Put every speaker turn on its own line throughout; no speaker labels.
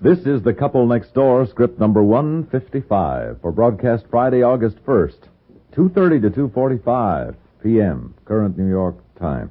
This is The Couple Next Door, script number 155, for broadcast Friday, August 1st, 2.30 to 2.45 p.m., current New York time.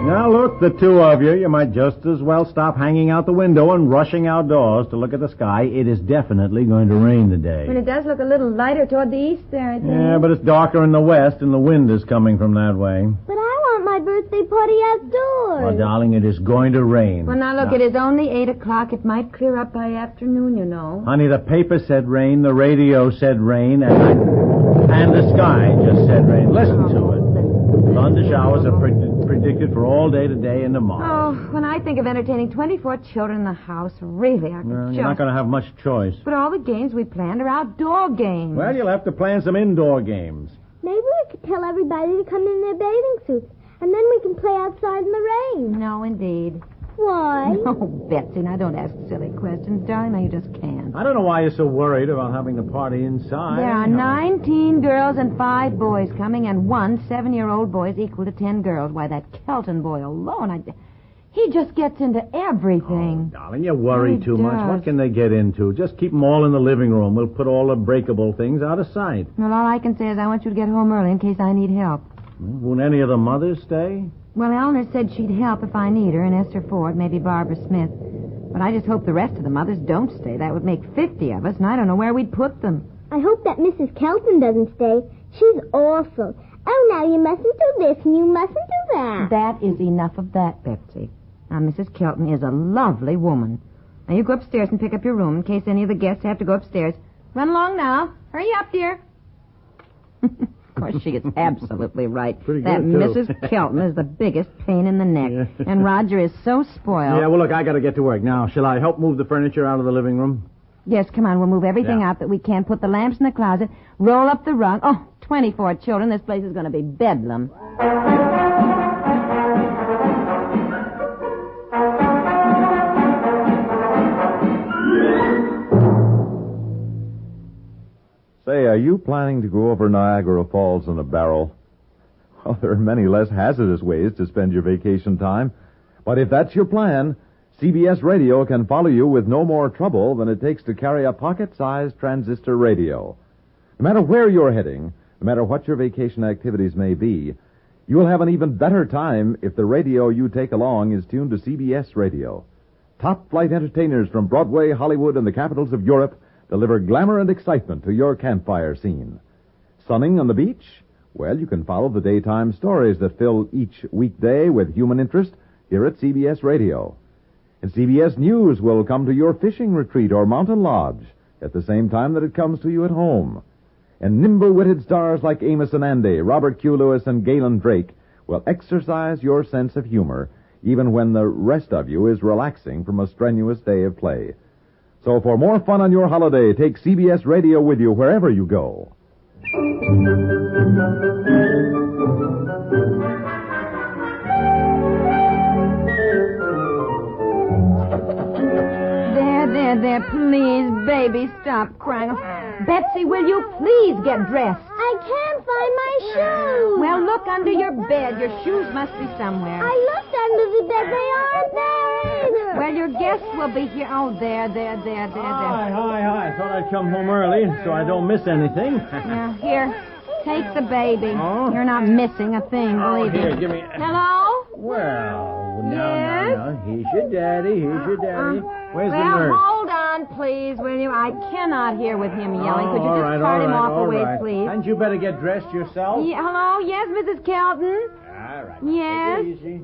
Now, look, the two of you, you might just as well stop hanging out the window and rushing outdoors to look at the sky. It is definitely going to rain
And
today.
it does look a little lighter toward the east there, I think.
Yeah, but it's darker in the west, and the wind is coming from that way.
But I want my birthday party
Well,
outdoors.
darling, it is going to rain.
Well, now look, it is only 8 o'clock. It might clear up by afternoon, you know.
Honey, the paper said rain, the radio said rain, and I... and the sky just said rain. Listen to it. Thunder showers are predict- predicted for all day today and tomorrow.
Oh, when I think of entertaining 24 children in the house, really, I could
Well,
jump.
you're not going to have much choice.
But all the games we planned are outdoor games.
Well, you'll have to plan some indoor games.
Maybe we could tell everybody to come in their bathing suits, and then we can play outside in the rain.
No, indeed.
Why?
Oh, Betsy, now don't ask silly questions, darling. Now you just can't.
I don't know why you're so worried about having the party inside.
There are
You know.
19 girls and five boys coming, and one seven-year-old boy is equal to 10 girls. Why, that Kelton boy alone, I... He just gets into
Oh.
everything.
Darling, you worry
He
too much. What
does.
can they get into? Just keep them all in the living room. We'll put all the breakable things out of sight.
Well, all I can say is I want you to get home early in case I need help.
Won't any of the mothers stay?
Well, Eleanor said she'd help if I need her, and Esther Ford, maybe Barbara Smith. But I just hope the rest of the mothers don't stay. That would make 50 of us, and I don't know where we'd put them.
I hope that Mrs. Kelton doesn't stay. She's awful. Oh, now you mustn't do this and you mustn't do that.
That is enough of that, Betsy. Now, Mrs. Kelton is a lovely woman. Now, you go upstairs and pick up your room in case any of the guests have to go upstairs. Run along now. Hurry up, dear. of course, she is absolutely right.
Pretty
that
good, too.
Mrs. Kelton is the biggest pain in the neck.
Yeah.
And Roger is so spoiled.
Yeah, well, look, I got to get to work now. Shall I help move the furniture out of the living room?
Yes, come on. We'll move everything
Yeah.
out that we can. Put the lamps in the closet. Roll up the rug. Oh, 24 children. This place is going to be bedlam.
Say, are you planning to go over Niagara Falls in a barrel? Well, there are many less hazardous ways to spend your vacation time. But if that's your plan, CBS Radio can follow you with no more trouble than it takes to carry a pocket-sized transistor radio. No matter where you're heading, no matter what your vacation activities may be, you'll have an even better time if the radio you take along is tuned to CBS Radio. Top flight entertainers from Broadway, Hollywood, and the capitals of Europe deliver glamour and excitement to your campfire scene. Sunning on the beach? Well, you can follow the daytime stories that fill each weekday with human interest here at CBS Radio. And CBS News will come to your fishing retreat or mountain lodge at the same time that it comes to you at home. And nimble witted stars like Amos Anande, Robert Q. Lewis, and Galen Drake will exercise your sense of humor even when the rest of you is relaxing from a strenuous day of play. So for more fun on your holiday, take CBS Radio with you wherever you go.
There, there, there. Please, baby, stop crying. Betsy, will you please get dressed?
I find my shoes.
Well, look under your bed. Your shoes must be somewhere.
I looked under the bed. They aren't there.
Well, your guests will be here. Oh, there, there, there, there, there.
Hi, hi, hi. Thought I'd come home early so I don't miss anything.
Now, here, take the baby.
Oh?
You're not missing a thing, believe
Here,
me.
give me.
Hello?
Well, no,
Yes? Uh,
no, no. He's your daddy. He's your daddy. Where's
well,
the nurse?
hold on, please, will you? I cannot hear with him yelling.
Oh,
Could you
all
just
right,
part
all
him
right,
off
all
away,
right.
please?
Hadn't you better get dressed yourself?
Ye- hello? Yes, Mrs. Kelton?
All right.
Yes?
Take it easy.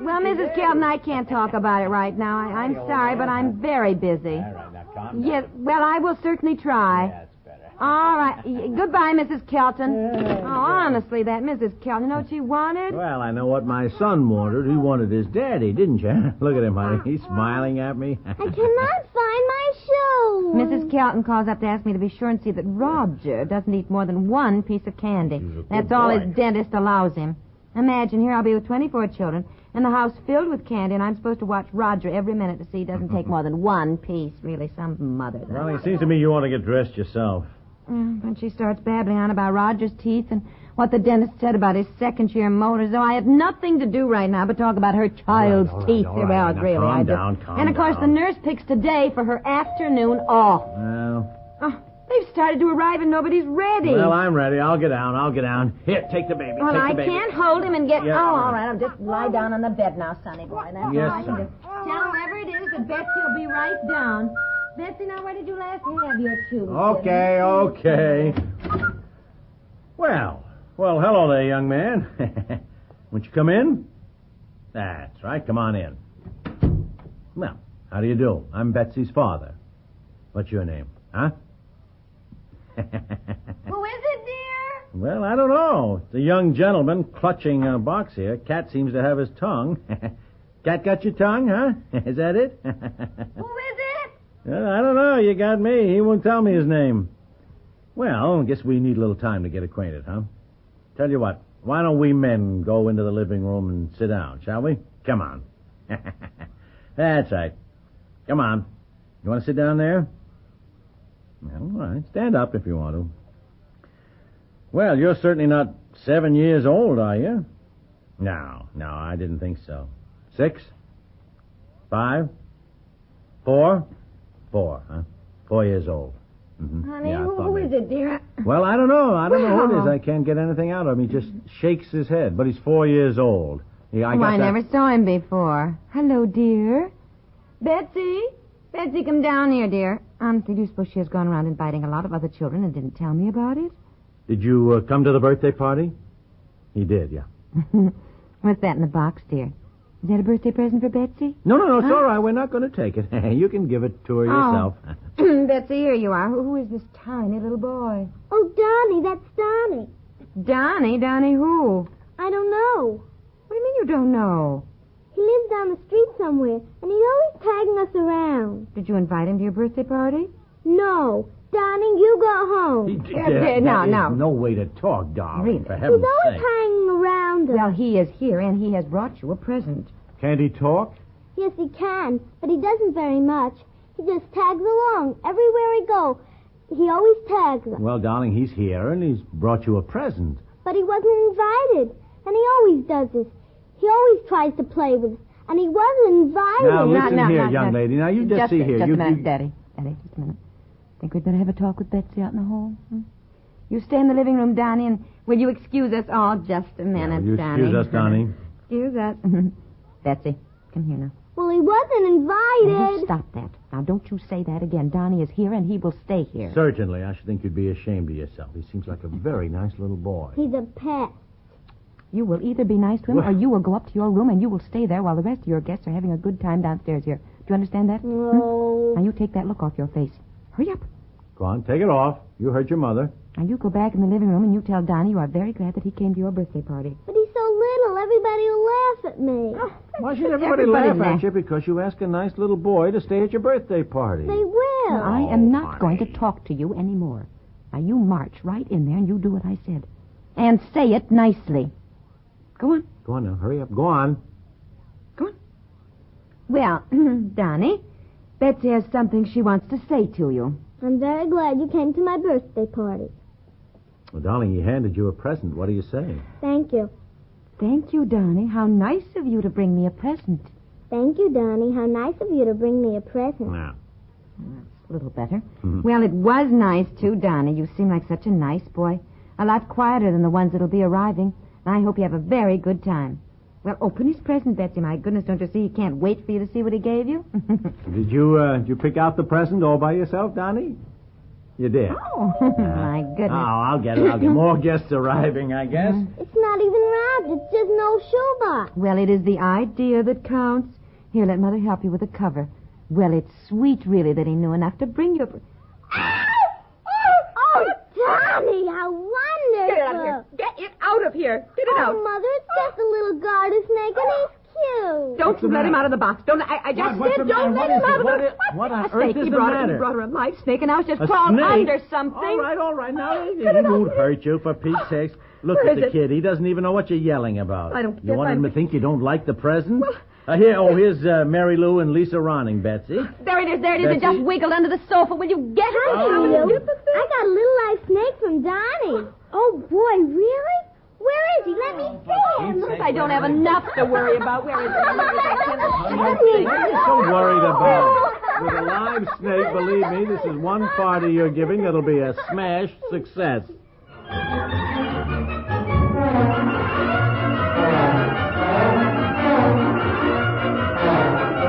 Well, Mrs. Kelton, I can't talk about it right now. I, I'm sorry, but I'm very busy.
All right, now calm down.
Yes, well, I will certainly try.
That's better.
All right. Y- Goodbye, Mrs. Kelton. Oh, honestly, that Mrs. Kelton, you know what she wanted?
Well, I know what my son wanted. He wanted his daddy, didn't you? Look at him, honey. He's smiling at me.
I cannot find my shoes.
Mrs. Kelton calls up to ask me to be sure and see that Roger doesn't eat more than one piece of candy. That's all
boy.
his dentist allows him. Imagine, here I'll be with 24 children, and the house filled with candy, and I'm supposed to watch Roger every minute to see he doesn't take more than one piece. Really, some mother. that.
Well, it seems to me you want to get dressed yourself.
Mm, When she starts babbling on about Roger's teeth and what the dentist said about his second year motors, though I have nothing to do right now but talk about her child's
all right,
teeth.
all right.
Well,
Now,
really,
calm
I just-
down, calm
And of course,
down.
the nurse picks today for her afternoon off.
Well,
Oh, they've started to arrive and nobody's ready.
well, I'm ready. I'll get down. I'll get down. Here, take the baby.
Well,
take
I
the baby.
can't hold him and get.
Yeah,
oh,
all
all
right.
right. I'll just lie down on the bed now, Sonny boy. That's
Yes,
all I can
sir.
do. Tell whoever it is that Betsy will be right down. Betsy, now where did you last have your shoes?
Okay, okay. Well, well, hello there, young man. Won't you come in? That's right. Come on in. Well, how do you do? I'm Betsy's father. What's your name? Huh?
Who is it, dear?
Well, I don't know. The young gentleman clutching a box here. Cat seems to have his tongue. Cat got your tongue, huh? Is that it?
Who is it?
Well, I don't know. You got me. He won't tell me his name. Well, I guess we need a little time to get acquainted, huh? Tell you what, why don't we men go into the living room and sit down, shall we? Come on. That's right. Come on. You want to sit down there? Well, all right. Stand up if you want to. Well, you're certainly not seven years old, are you? No, no, I didn't think so. Six? Five? Four? Four, huh? Four years old. Mm-hmm.
Honey, who, who is it, dear?
Well, I don't know. I don't know who it is.
Wow.
I can't get anything out of him. He just shakes his head. But he's four years old. Yeah, I
oh,
got
I
that.
never saw him before. Hello, dear. Betsy? Betsy, come down here, dear. Um, do you suppose she has gone around inviting a lot of other children and didn't tell me about it?
Did you uh, come to the birthday party? He did, yeah.
What's that in the box, dear? Is that a birthday present for Betsy?
No, no, no. It's all right. We're not going to take it. you can give it
Oh.
to her yourself.
Betsy, here you are. Who, who is this tiny little boy?
Oh, Donnie, that's Donnie.
Donnie? Donnie who?
I don't know.
What do you mean you don't know?
He lives down the street somewhere, and he's always tagging us around.
Did you invite him to your birthday party?
No, Donnie, you go home.
He
He's
did.
Yeah, yeah, no,
That is
no.
no way to talk, darling.
Really?
For heaven's
always
sake.
hanging around us.
Well, he is here, and he has brought you a present.
Can't he talk?
Yes, he can, but he doesn't very much. He just tags along everywhere we go. He always tags us,
Well, darling, he's here and he's brought you a present.
but he wasn't invited, and he always does this. He always tries to play with us, and he wasn't invited.
Now,
Not-
listen
not-
here,
not-
young
not-
lady. Now, you just,
just
see
a-
here.
Just
you,
a minute,
you-
Daddy. Daddy, just a minute. Think we'd better have a talk with Betsy out in the hall? hmm? You stay in the living room, Donnie, and will you excuse us all just a minute,
Will you
Donnie?
excuse us, Donnie.
excuse us. Betsy, come here now.
Well, he wasn't
Now,
invited.
stop that. Now, don't you say that again. Donnie is here, and he will stay here.
Certainly, I should think you'd be ashamed of yourself. He seems like a very nice little boy.
He's a pet.
You will either be nice to him, or you will go up to your room, and you will stay there while the rest of your guests are having a good time downstairs here. Do you understand that?
No.
Now, you take that look off your face. Hurry up.
Go on, take it off. You heard your mother.
Now, you go back in the living room, and you tell Donnie you are very glad that he came to your birthday party.
But he's so little, everybody will laugh at me.
Why should everybody,
Everybody
laugh
laugh.
at you because you asked a nice little boy to stay at your birthday party?
They will.
I am not going to talk to you anymore. Now, you march right in there and you do what I said. And say it nicely. Go on,
Go on now, hurry up. Go on.
go on. Well, Donnie, Betsy has something she wants to say to you.
I'm very glad you came to my birthday party.
Well, darling, he handed you a present. What do you say?
Thank you.
Thank you, Donnie. How nice of you to bring me a present.
Thank you, Donnie. How nice of you to bring me a present.
Now,
A little better. Well, it was nice, too, Donnie. You seem like such a nice boy. A lot quieter than the ones that'll be arriving. And I hope you have a very good time. Well, open his present, Betsy. My goodness, don't you see? He can't wait for you to see what he gave you.
did you uh, did you pick out the present all by yourself, Donnie? You did.
oh, my goodness.
Oh, I'll get it. I'll get more guests arriving, I guess.
It's not even wrapped. It's just an old shoebox.
Well, it is the idea that counts. Here, let Mother help you with the cover. Well, it's sweet, really, that he knew enough to bring you a. pre-
oh, Donnie, how wonderful.
Get it out of here. Get it out of here. Get it
Oh,
out.
Mother, it's just a little garter snake, and he's cute.
Don't you let him out of the box. Don't I, I just
What's the
said don't
matter?
let
What
him
is it?
out of
What
the
is- what on
a
Uh, earth
snake.
is
he
the
brought it.
matter?
He brought her a life snake, and now it's just
A
crawled
snake?
under something.
All right, all right. Now, he
Get it out
won't
of
hurt you, for Pete's sakes. Look
Where
at
is
the
it?
kid. He doesn't even know what you're yelling about.
I don't
You
care if
want him to
I'm-
think you don't like the present? Uh, here, oh, here's uh, Mary Lou and Lisa Ronning, Betsy.
There it is. There it is.
Betsy?
It just wiggled under the sofa. Will you get it?
Hi,
How will
Lou.
you get the
I
thing?
got a little live snake from Donnie. Oh, boy, really? Where is he? Let me see him.
Oh, I don't have enough to worry about. Where is it? Where is it? I can't-
so worried about it. With a live snake, believe me, this is one party you're giving that'll be a smash success.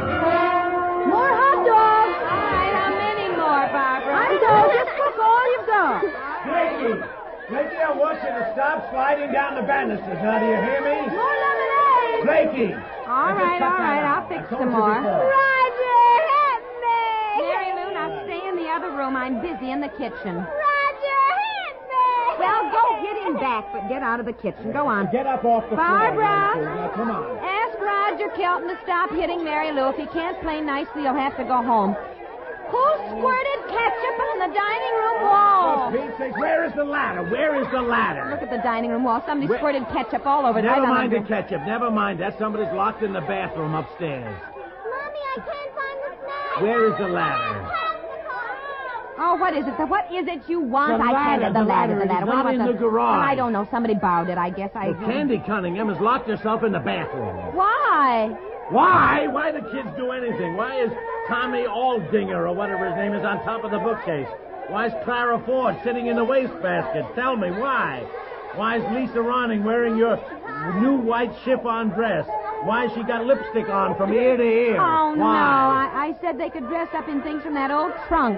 More hot dogs! All right, how many more, Barbara? One go. Just cook all you've got.
Mickey, Mickey, I want you to stop sliding down the banisters. Now, do you hear me?
More lemonade!
Blakey!
All right, all right, I'll fix some more.
Roger, help me.
Mary Lou, now stay in the other room. I'm busy in the kitchen.
Roger, help me.
Well, go get him back, but get out of the kitchen. Go on.
Get up off the
Barbara!
floor. Now, come on.
Ask Roger Kelton to stop hitting Mary Lou. If he can't play nicely, he'll have to go home. Who squirted ketchup on the dining room wall?
For Pete's sake, where is the ladder? Where is the
Look
ladder?
at the dining room wall. Somebody
Where-
squirted ketchup all over it. I
Never
don't
mind the
under-
ketchup. Never mind that. Somebody's locked in the bathroom upstairs.
Mommy, I can't find the snake.
Where is the ladder?
Help me, Mom.
Oh, what is it? The, what is it you want?
The
I
ladder,
can't.
the
The ladder,
ladder
the
is
ladder. What
not
about
in the garage.
I don't know. Somebody borrowed it, I guess. I.
Candy Cunningham has locked herself in the bathroom.
Why?
Why? Why the kids do anything? Why is Tommy Aldinger or whatever his name is on top of the bookcase? Why is Clara Ford sitting in the wastebasket? Tell me why. Why is Lisa Ronning wearing your new white chiffon dress? Why has she got lipstick on from ear to ear?
Oh, no.
Why?
I, I said they could dress up in things from that old trunk.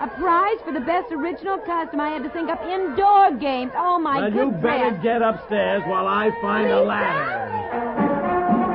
A prize for the best original costume. I had to think up indoor games. Oh, my
Well, you
goodness.
better get upstairs while I find a ladder.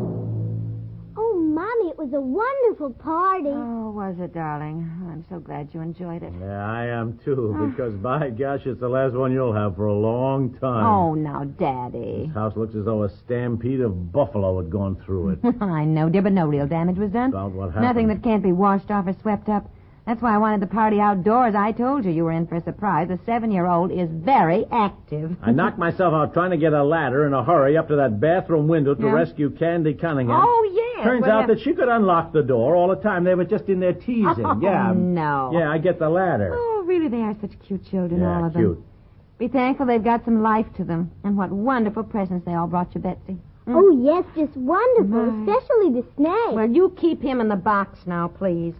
Oh, Mommy, it was a wonderful party.
Oh, was it, darling? Oh, I'm so glad you enjoyed it.
Yeah, I am
Ah.
too, because by gosh, it's the last one you'll have for a long time.
Oh, now, Daddy.
This house looks as though a stampede of buffalo had gone through it.
I know, dear, but no real damage was done.
About what happened?
Nothing that can't be washed off or swept up. That's why I wanted the party outdoors. I told you you were in for a surprise. The seven-year-old is very active.
I knocked myself out trying to get a ladder in a hurry up to that bathroom window to
Yeah.
rescue Candy Cunningham.
Oh, yes.
Turns
Well,
out that she could unlock the door all the time. They were just in there teasing.
Oh,
yeah.
no.
Yeah, I get the ladder.
Oh, really, they are such cute children, all
yeah,
of them.
cute.
Be thankful they've got some life to them. And what wonderful presents they all brought you, Betsy.
Oh, yes, just wonderful, especially the snake.
Well, you keep him in the box now, please.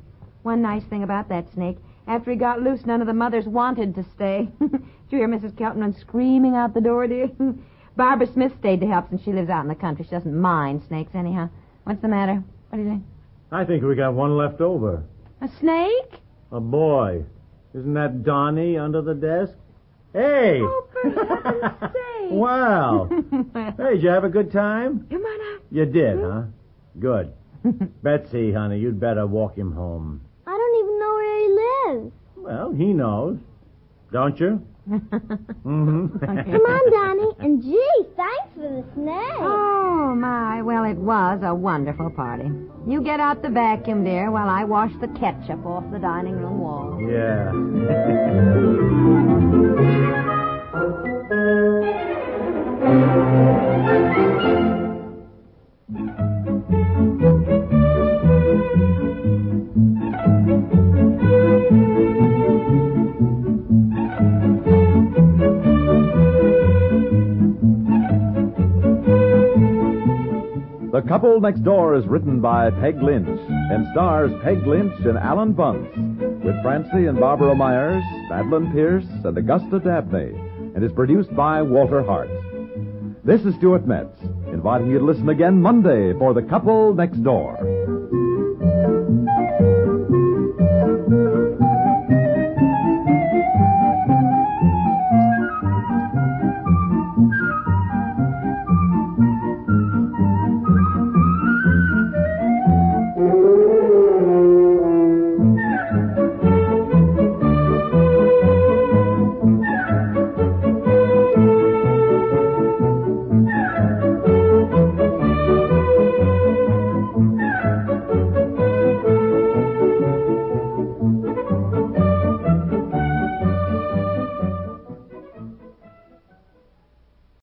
One nice thing about that snake. After he got loose, none of the mothers wanted to stay. Did you hear Mrs. Kelton run screaming out the door, dear? Barbara Smith stayed to help since she lives out in the country. She doesn't mind snakes, anyhow. What's the matter? What do you think?
I think we got one left over.
A snake?
A boy. Isn't that Donnie under the desk? Hey! wow. hey, did you have a good time?
Come on out.
You did, huh? Good. Betsy, honey, you'd better walk him home.
I don't even know where he lives.
Well, he knows. Don't you?
Come on, Donnie. And gee, thanks for the snake.
Oh, my. Well, it was a wonderful party. You get out the vacuum, dear, while I wash the ketchup off the dining room wall.
Yeah. Couple Next Door is written by Peg Lynch and stars Peg Lynch and Alan Bunce, with Francie and Barbara Myers, Madeline Pierce, and Augusta Dabney, and is produced by Walter Hart. This is Stuart Metz, inviting you to listen again Monday for The Couple Next Door.